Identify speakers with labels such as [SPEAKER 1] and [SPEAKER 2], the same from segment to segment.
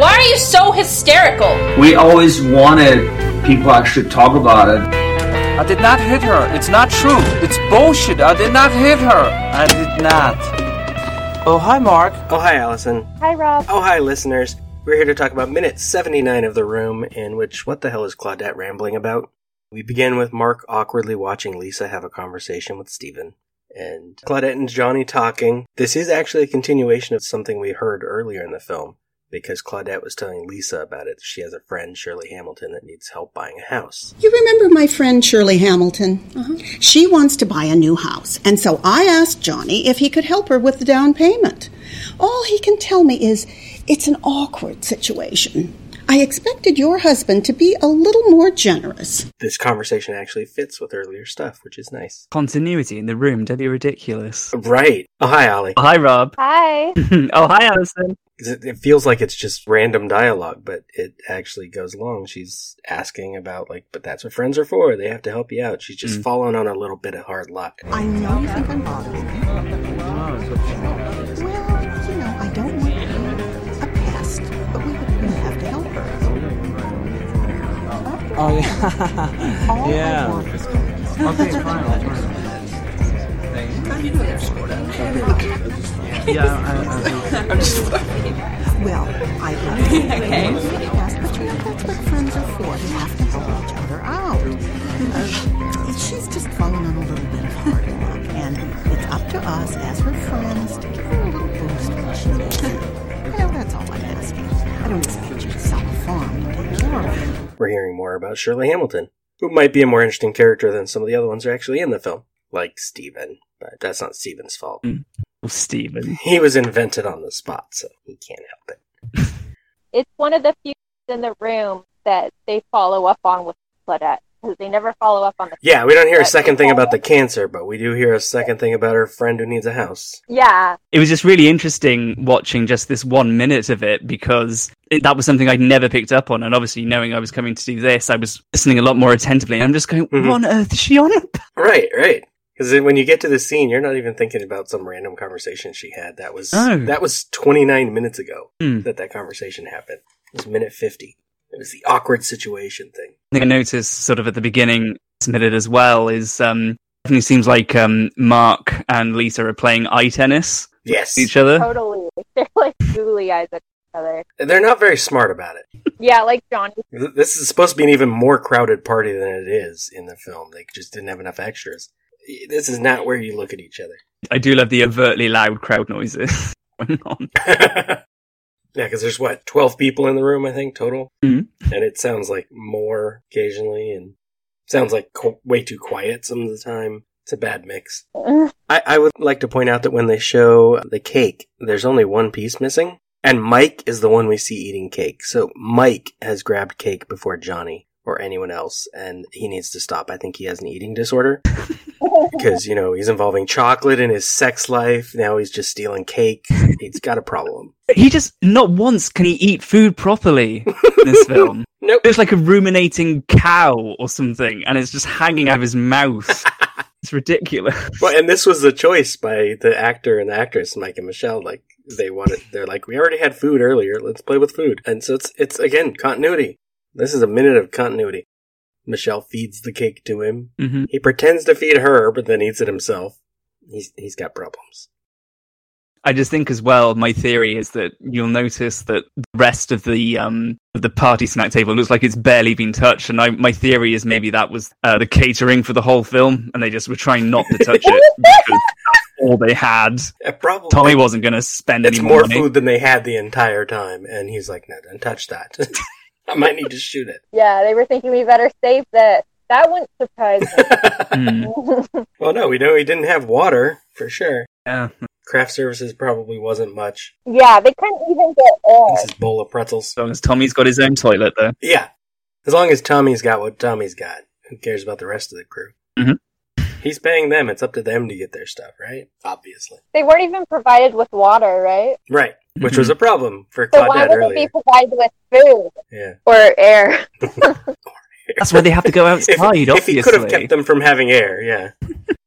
[SPEAKER 1] Why are you so hysterical?
[SPEAKER 2] We always wanted people actually talk about it.
[SPEAKER 3] I did not hit her. It's not true. It's bullshit. I did not hit her. I did not.
[SPEAKER 4] Oh, hi, Mark. Oh, hi, Allison.
[SPEAKER 5] Hi, Rob.
[SPEAKER 4] Oh, hi, listeners. We're here to talk about minute 79 of The Room, in which what the hell is Claudette rambling about? We begin with Mark awkwardly watching Lisa have a conversation with Steven. And Claudette and Johnny talking. This is actually a continuation of something we heard earlier in the film, because Claudette was telling Lisa about it. She has a friend, Shirley Hamilton, that needs help buying a house.
[SPEAKER 6] You remember my friend Shirley Hamilton? She wants to buy a new house, and so I asked Johnny if he could help her with the down payment. All he can tell me is it's an awkward situation. I expected your husband to be a little more generous.
[SPEAKER 4] This conversation actually fits with earlier stuff, which is nice.
[SPEAKER 7] Continuity in the room, don't be ridiculous.
[SPEAKER 4] Right. Oh, hi, Ollie.
[SPEAKER 7] Hi, Rob.
[SPEAKER 5] Hi.
[SPEAKER 7] oh, hi, Alison.
[SPEAKER 4] it it feels like it's just random dialogue, but it actually goes along. She's asking about like, but that's what friends are for. They have to help you out. She's just falling on a little bit of hard luck.
[SPEAKER 6] I know you think I'm bothering you. Well, you know, I don't want to be a pest, but we would we have to help her.
[SPEAKER 3] Oh, yeah.
[SPEAKER 6] All I
[SPEAKER 3] Yeah.
[SPEAKER 6] want is
[SPEAKER 3] okay, fine.
[SPEAKER 6] Well, I love you. okay. Yes, but you know that's what friends are for. You have to help each other out. And, uh, she's just fallen on a little bit of hard luck, and it's up to us as her friends to give her a little boost when she needs it. Well, that's all I'm asking. I don't expect you to sell a farm to take care of it.
[SPEAKER 4] We're hearing more about Shirley Hamilton, who might be a more interesting character than some of the other ones are actually in the film, like Steven. But that's not Steven's fault.
[SPEAKER 7] Well, Oh, Stephen.
[SPEAKER 4] He was invented on the spot, so he can't help it.
[SPEAKER 8] It's one of the few in the room that they follow up on with Claudette because they never follow up on the.
[SPEAKER 4] Yeah, we don't hear a second thing about the cancer, but we do hear a second thing about her friend who needs a house.
[SPEAKER 8] Yeah,
[SPEAKER 7] It was just really interesting watching just this one minute of it because it, that was something I'd never picked up on. And obviously, knowing I was coming to do this, I was listening a lot more attentively. And I'm just going,
[SPEAKER 4] Mhm.
[SPEAKER 7] what on earth is she on about?
[SPEAKER 4] Right, right. Because when you get to the scene, you're not even thinking about some random conversation she had. That was
[SPEAKER 7] No.
[SPEAKER 4] that was 29 minutes ago
[SPEAKER 7] Hmm.
[SPEAKER 4] that that conversation happened. It was minute 50. It was the awkward situation thing.
[SPEAKER 7] thing I noticed sort of at the beginning submitted as well is um definitely seems like um Mark and Lisa are playing eye tennis
[SPEAKER 4] Yes,
[SPEAKER 7] with each other.
[SPEAKER 8] totally. They're like googly eyes at each other.
[SPEAKER 4] they're not very smart about it.
[SPEAKER 8] Yeah, like Johnny.
[SPEAKER 4] Th- This is supposed to be an even more crowded party than it is in the film. They just didn't have enough extras. This is not where you look at each other.
[SPEAKER 7] I do love the overtly loud crowd noises going on.
[SPEAKER 4] yeah, because there's what twelve people in the room, I think total,
[SPEAKER 7] Mhm.
[SPEAKER 4] and it sounds like more occasionally, and sounds like qu- way too quiet some of the time. It's a bad mix. I, I would like to point out that when they show the cake, there's only one piece missing, and Mike is the one we see eating cake. So Mike has grabbed cake before Johnny or anyone else, and he needs to stop. I think he has an eating disorder because you know he's involving chocolate in his sex life. Now he's just stealing cake. He's got a problem.
[SPEAKER 7] He just not once can he eat food properly in this film.
[SPEAKER 4] Nope.
[SPEAKER 7] It's like a ruminating cow or something, and it's just hanging out of his mouth. it's ridiculous.
[SPEAKER 4] Well, and this was the choice by the actor and the actress, Mike and Michelle. Like they wanted, they're like, we already had food earlier. Let's play with food. And so it's it's again continuity. This is a minute of continuity. Michelle feeds the cake to him.
[SPEAKER 7] hmm
[SPEAKER 4] He pretends to feed her, but then eats it himself. He's he's got problems.
[SPEAKER 7] I just think as well, my theory is that you'll notice that the rest of the um of the party snack table looks like it's barely been touched, and I, my theory is maybe that was uh, the catering for the whole film, and they just were trying not to touch it because that's all they had.
[SPEAKER 4] A problem.
[SPEAKER 7] Tommy wasn't going to spend
[SPEAKER 4] It's
[SPEAKER 7] any
[SPEAKER 4] more
[SPEAKER 7] money.
[SPEAKER 4] food than they had the entire time, and he's like, no, don't touch that. I might need to shoot
[SPEAKER 8] Yeah, they were thinking we better save that. That wouldn't surprise
[SPEAKER 4] it.
[SPEAKER 7] Mm,
[SPEAKER 8] me.
[SPEAKER 4] well, no, we know he didn't have water for sure.
[SPEAKER 7] yeah,
[SPEAKER 4] Craft services probably wasn't much.
[SPEAKER 8] Yeah, they couldn't even get in.
[SPEAKER 4] This is bowl of pretzels. As
[SPEAKER 7] long as Tommy's got his own toilet, though.
[SPEAKER 4] Yeah. As long as Tommy's got what Tommy's got, who cares about the rest of the crew?
[SPEAKER 7] Mhm.
[SPEAKER 4] He's paying them. It's up to them to get their stuff, right? Obviously.
[SPEAKER 8] They weren't even provided with water, right?
[SPEAKER 4] Right. Which was a problem for
[SPEAKER 8] So why
[SPEAKER 4] Claudette
[SPEAKER 8] would
[SPEAKER 4] earlier.
[SPEAKER 8] they be provided with food
[SPEAKER 4] Yeah.
[SPEAKER 8] or air?
[SPEAKER 7] That's why they have to go outside, obviously.
[SPEAKER 4] If he could have kept them from having air, yeah.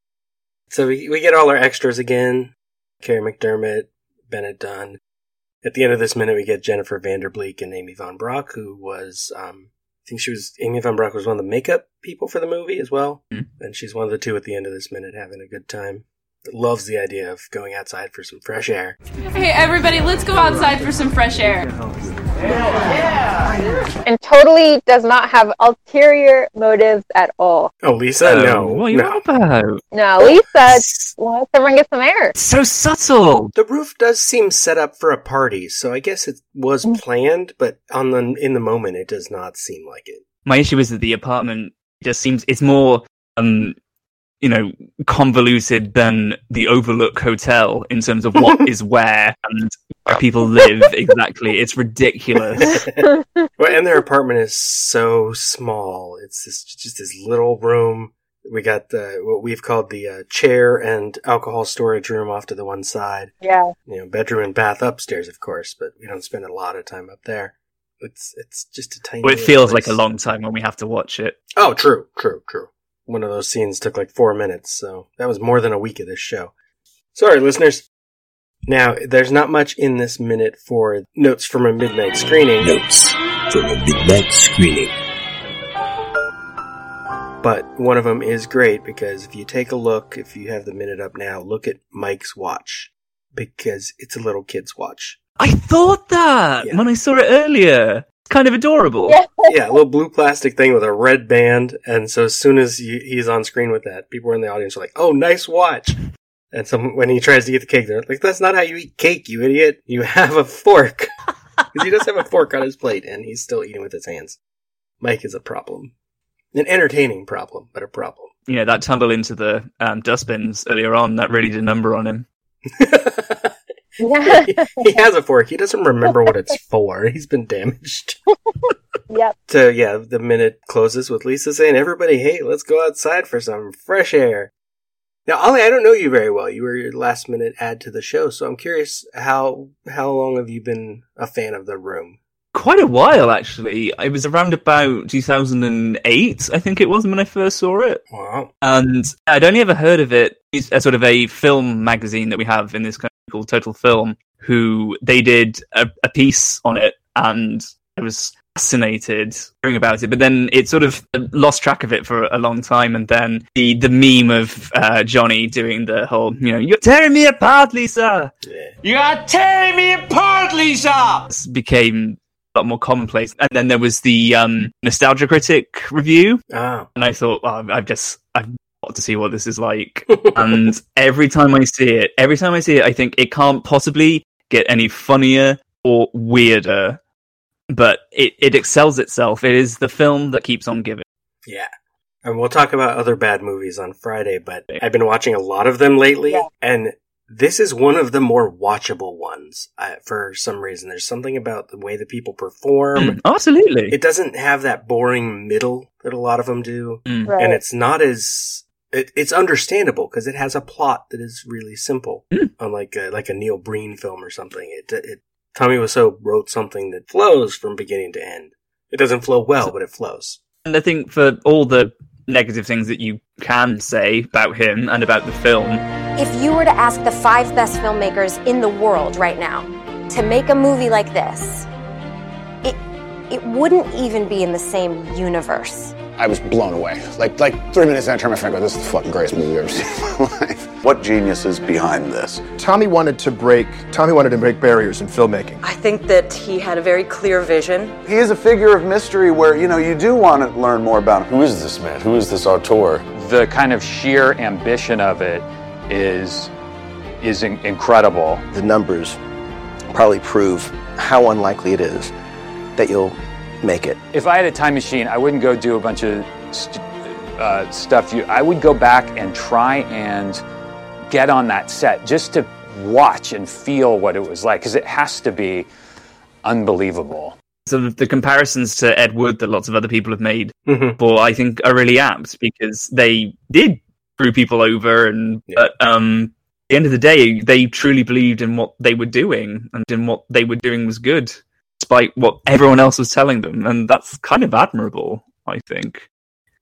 [SPEAKER 4] so we, we get all our extras again. Carrie McDermott, Bennett Dunn. At the end of this minute, we get Jennifer Vanderbleek and Amy Von Brock, who was, um, I think she was, Amy Von Brock was one of the makeup people for the movie as well.
[SPEAKER 7] Mhm.
[SPEAKER 4] And she's one of the two at the end of this minute having a good time. Loves the idea of going outside for some fresh air.
[SPEAKER 1] Hey, everybody, let's go outside for some fresh air.
[SPEAKER 8] and totally does not have ulterior motives at all.
[SPEAKER 4] Oh, Lisa,
[SPEAKER 7] Oh,
[SPEAKER 4] no.
[SPEAKER 7] What are you
[SPEAKER 4] no.
[SPEAKER 7] on about?
[SPEAKER 8] No, Lisa wants everyone to get some air.
[SPEAKER 7] So subtle.
[SPEAKER 4] The roof does seem set up for a party, so I guess it was planned, but on the in the moment it does not seem like it.
[SPEAKER 7] My issue is that the apartment just seems it's more um you know convoluted than the Overlook Hotel in terms of what is where and where people live exactly. It's ridiculous.
[SPEAKER 4] Well, and their apartment is so small. It's this, just this little room. We got the what we've called the uh, chair and alcohol storage room off to the one side.
[SPEAKER 8] Yeah.
[SPEAKER 4] You know, bedroom and bath upstairs, of course, but we don't spend a lot of time up there. It's it's just a tiny.
[SPEAKER 7] Well, it
[SPEAKER 4] little
[SPEAKER 7] feels like a
[SPEAKER 4] place.
[SPEAKER 7] long time when we have to watch it.
[SPEAKER 4] Oh, true, true, true. One of those scenes took like four minutes, so that was more than a week of this show. Sorry, listeners. Now, there's not much in this minute for notes from a midnight screening,
[SPEAKER 9] Notes from a midnight screening.
[SPEAKER 4] but one of them is great because if you take a look, if you have the minute up now, look at Mike's watch because it's a little kid's watch.
[SPEAKER 7] I thought that
[SPEAKER 4] Yeah.
[SPEAKER 7] when I saw it earlier. It's kind of adorable.
[SPEAKER 8] Yeah.
[SPEAKER 4] Yeah, a little blue plastic thing with a red band, and so as soon as you, he's on screen with that, people in the audience are like, "Oh, nice watch." And so when he tries to get the cake, they're like, "That's not how you eat cake, you idiot! You have a fork." Because he does have a fork on his plate, and he's still eating with his hands. Mike is a problem, an entertaining problem, but a problem.
[SPEAKER 7] You know, that tumble into the um, dustbins earlier on, that really did a number on him.
[SPEAKER 8] Yeah.
[SPEAKER 4] he has a fork. He doesn't remember what it's for. He's been damaged.
[SPEAKER 8] yep.
[SPEAKER 4] So yeah, the minute closes with Lisa saying, "Everybody, hey, let's go outside for some fresh air." Now, Ollie, I don't know you very well. You were your last minute add to the show, so I'm curious how how long have you been a fan of the room?
[SPEAKER 7] Quite a while, actually. It was around about 2008, I think it was, when I first saw it.
[SPEAKER 4] Wow,
[SPEAKER 7] And I'd only ever heard of it. It's a sort of a film magazine that we have in this country called Total Film, who they did a, a piece on it, and I was fascinated hearing about it. But then it sort of uh, lost track of it for a long time, and then the the meme of uh, Johnny doing the whole, you know, you're tearing me apart, Lisa,
[SPEAKER 4] yeah,
[SPEAKER 3] You are tearing me apart, Lisa!
[SPEAKER 7] became a lot more commonplace. And then there was the um, Nostalgia Critic review,
[SPEAKER 4] ah,
[SPEAKER 7] and I thought, well, I've- I've just I've got to see what this is like. and every time I see it, every time I see it, I think it can't possibly get any funnier or weirder. But it, it excels itself. It is the film that keeps on giving.
[SPEAKER 4] yeah. And we'll talk about other bad movies on Friday, but I've been watching a lot of them lately,
[SPEAKER 8] Yeah.
[SPEAKER 4] and this is one of the more watchable ones. Uh, for some reason, there's something about the way the people perform.
[SPEAKER 7] Mm, absolutely.
[SPEAKER 4] It doesn't have that boring middle that a lot of them do.
[SPEAKER 8] Right.
[SPEAKER 4] and it's not as it, it's understandable because it has a plot that is really simple, unlike a, like a Neil Breen film or something. It, it Tommy Wiseau wrote something that flows from beginning to end. It doesn't flow well, but it flows.
[SPEAKER 7] And I think for all the negative things that you can say about him and about the film,
[SPEAKER 10] If you were to ask the five best filmmakers in the world right now to make a movie like this, it it wouldn't even be in the same universe.
[SPEAKER 11] I was blown away. Like, like three minutes in, I turned my friend and go, this is the fucking greatest movie I've ever seen in my life. What genius is behind this?
[SPEAKER 12] Tommy wanted to break Tommy wanted to break barriers in filmmaking.
[SPEAKER 13] I think that he had a very clear vision.
[SPEAKER 11] He is a figure of mystery where, you know, you do want to learn more about him. Who is this man? Who is this auteur?
[SPEAKER 14] the kind of sheer ambition of it is is in- incredible.
[SPEAKER 12] The numbers probably prove how unlikely it is that you'll make it.
[SPEAKER 14] If I had a time machine, I wouldn't go do a bunch of st- uh, stuff. You, I would go back and try and get on that set just to watch and feel what it was like because it has to be unbelievable.
[SPEAKER 7] sort of the comparisons to Ed Wood that lots of other people have made
[SPEAKER 4] Mm-hmm.
[SPEAKER 7] for I think are really apt because they did screw people over and but um at the end of the day they truly believed in what they were doing and in what they were doing was good despite what everyone else was telling them and that's kind of admirable I think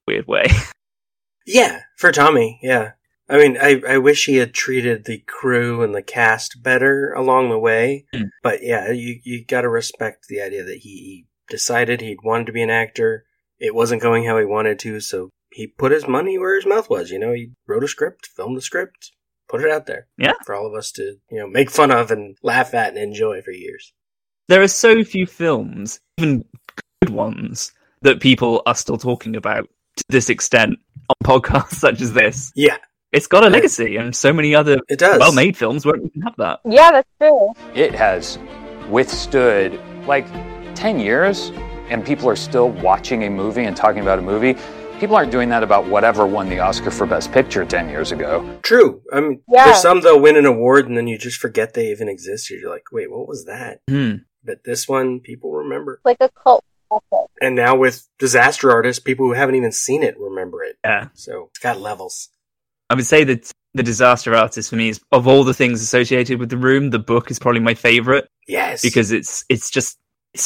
[SPEAKER 7] weird way
[SPEAKER 4] Yeah, for Tommy, yeah. I mean, I, I wish he had treated the crew and the cast better along the way. But yeah, you, you got to respect the idea that he, he decided he wanted to be an actor. It wasn't going how he wanted to, so he put his money where his mouth was. You know, he wrote a script, filmed the script, put it out there.
[SPEAKER 7] Yeah.
[SPEAKER 4] For all of us to, you know, make fun of and laugh at and enjoy for years.
[SPEAKER 7] there are so few films, even good ones, that people are still talking about to this extent on podcasts such as this.
[SPEAKER 4] Yeah.
[SPEAKER 7] It's got a legacy, and so many other
[SPEAKER 4] it
[SPEAKER 14] does.
[SPEAKER 7] well-made films won't even have that.
[SPEAKER 8] Yeah, that's true.
[SPEAKER 14] It has withstood like 10 years and people are still watching a movie and talking about a movie. People aren't doing that about whatever won the Oscar for Best Picture 10 years ago.
[SPEAKER 4] True. I mean,
[SPEAKER 14] Yeah.
[SPEAKER 4] there's some that'll win an award and then you just forget they even exist. You're like, wait, what was that?
[SPEAKER 7] Hmm.
[SPEAKER 4] But this one, people remember.
[SPEAKER 8] It's like a cult classic.
[SPEAKER 4] And now with disaster artists, people who haven't even seen it remember it.
[SPEAKER 7] Yeah.
[SPEAKER 4] So it's got levels.
[SPEAKER 7] I would say that the disaster artist for me is of all the things associated with the room, the book is probably my favorite.
[SPEAKER 4] Yes.
[SPEAKER 7] because it's it's just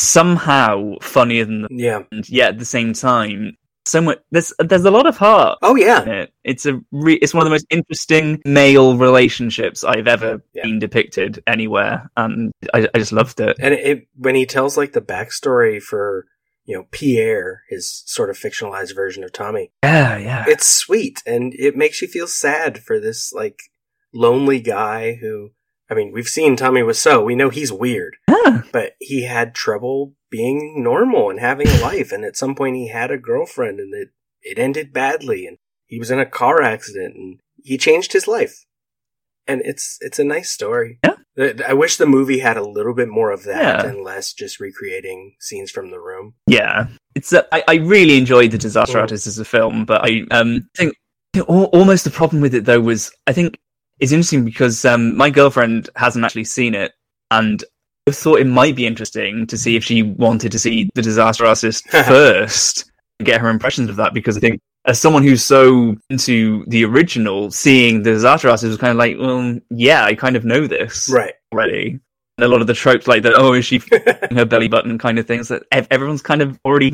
[SPEAKER 7] somehow funnier than the
[SPEAKER 4] yeah,
[SPEAKER 7] and yet at the same time, so much there's there's a lot of heart.
[SPEAKER 4] Oh yeah,
[SPEAKER 7] in it. it's a re, it's one of the most interesting male relationships I've ever been depicted anywhere, and I, I just loved it.
[SPEAKER 4] And it, it when he tells like the backstory for, you know, Pierre, his sort of fictionalized version of Tommy.
[SPEAKER 7] Yeah, yeah.
[SPEAKER 4] It's sweet and it makes you feel sad for this like lonely guy who I mean, we've seen Tommy Wiseau. We know he's weird. But he had trouble being normal and having a life and at some point he had a girlfriend and it it ended badly and he was in a car accident and he changed his life. And it's it's a nice story. Yeah. I wish the movie had a little bit more of that
[SPEAKER 7] Yeah.
[SPEAKER 4] and less just recreating scenes from the room.
[SPEAKER 7] Yeah, it's. A, I, I really enjoyed the Disaster Artist as a film, but I um think al- almost the problem with it though was I think it's interesting because um my girlfriend hasn't actually seen it, and I thought it might be interesting to see if she wanted to see the Disaster Artist first and get her impressions of that because I think. As someone who's so into the original, seeing the disaster artist was kind of like, well, yeah, I kind of know this
[SPEAKER 4] Right.
[SPEAKER 7] already. And a lot of the tropes like that, oh, is she f***ing her belly button kind of things that ev- everyone's kind of already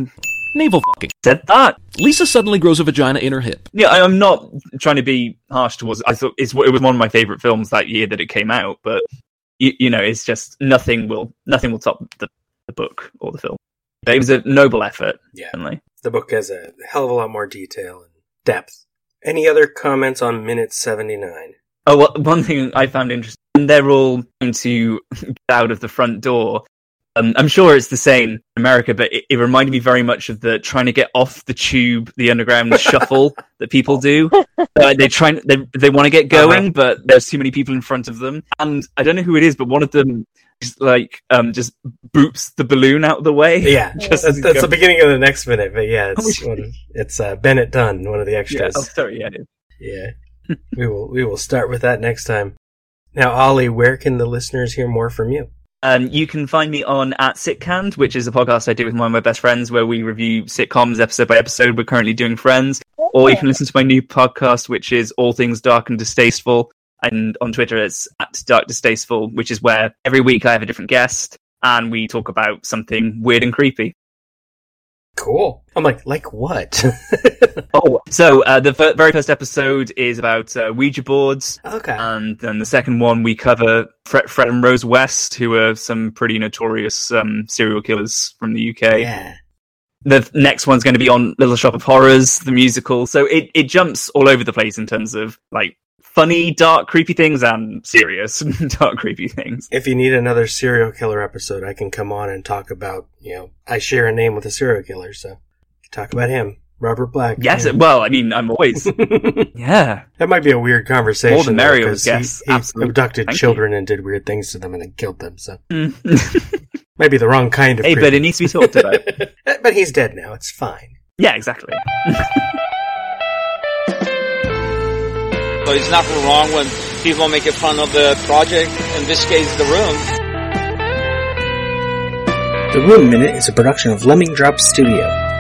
[SPEAKER 15] Navel fucking.
[SPEAKER 7] said that.
[SPEAKER 15] Lisa suddenly grows a vagina in her hip.
[SPEAKER 7] Yeah, I, I'm not trying to be harsh towards. I thought it's it was one of my favorite films that year that it came out, but you, you know, it's just nothing will nothing will top the, the book or the film. But it was a noble effort.
[SPEAKER 4] Yeah.
[SPEAKER 7] certainly.
[SPEAKER 4] The book has a hell of a lot more detail and depth. Any other comments on minute 79?
[SPEAKER 7] Oh, well, one thing I found interesting, when they're all going to get out of the front door. Um, I'm sure it's the same in America, but it, it reminded me very much of the trying to get off the tube, the underground shuffle that people do. Uh, they try, they they want to get going, but there's too many people in front of them. And I don't know who it is, but one of them just like um just boops the balloon out of the way.
[SPEAKER 4] Yeah,
[SPEAKER 7] Just as
[SPEAKER 4] that's,
[SPEAKER 7] he's
[SPEAKER 4] that's the
[SPEAKER 7] going-
[SPEAKER 4] beginning of the next minute, but yeah, it's, one of- it's uh, Bennett Dunn, one of the extras.
[SPEAKER 7] Yeah, oh, sorry, yeah, it is.
[SPEAKER 4] Yeah. we will we will start with that next time. Now, Ollie, where can the listeners hear more from you?
[SPEAKER 7] Um, you can find me on at Sitcand, which is a podcast I do with one of my best friends where we review sitcoms episode by episode. We're currently doing Friends. Or you can listen to my new podcast, which is All Things Dark and Distasteful. And on Twitter, it's at Dark Distasteful, which is where every week I have a different guest and we talk about something weird and creepy.
[SPEAKER 4] Cool. I'm like, like what?
[SPEAKER 7] Oh, so uh, the f- very first episode is about uh, Ouija boards.
[SPEAKER 4] Okay.
[SPEAKER 7] And then the second one we cover Fred, Fred and Rose West, who are some pretty notorious um, serial killers from the UK.
[SPEAKER 4] Yeah.
[SPEAKER 7] The f- next one's going to be on Little Shop of Horrors, the musical. So it, it jumps all over the place in terms of like funny, dark, creepy things and serious, dark, creepy things.
[SPEAKER 4] if you need another serial killer episode, I can come on and talk about, you know, I share a name with a serial killer, so talk about him, Robert Black.
[SPEAKER 7] Yes,
[SPEAKER 4] Yeah.
[SPEAKER 7] well, I mean, I'm always. yeah.
[SPEAKER 4] That might be a weird conversation.
[SPEAKER 7] More the
[SPEAKER 4] though,
[SPEAKER 7] merrier,
[SPEAKER 4] 'cause
[SPEAKER 7] yes,
[SPEAKER 4] He, he
[SPEAKER 7] absolutely.
[SPEAKER 4] abducted
[SPEAKER 7] Thank
[SPEAKER 4] children and did weird things to them and then killed them. So
[SPEAKER 7] Mm.
[SPEAKER 4] might be the wrong kind of.
[SPEAKER 7] Hey, but
[SPEAKER 4] creepy.
[SPEAKER 7] it needs to be talked about.
[SPEAKER 4] but he's dead now. It's fine.
[SPEAKER 7] yeah, exactly.
[SPEAKER 16] So there's nothing wrong with
[SPEAKER 14] people making fun of the project, in this case, the room.
[SPEAKER 17] The Room Minute is a production of Lemming Drops Studio.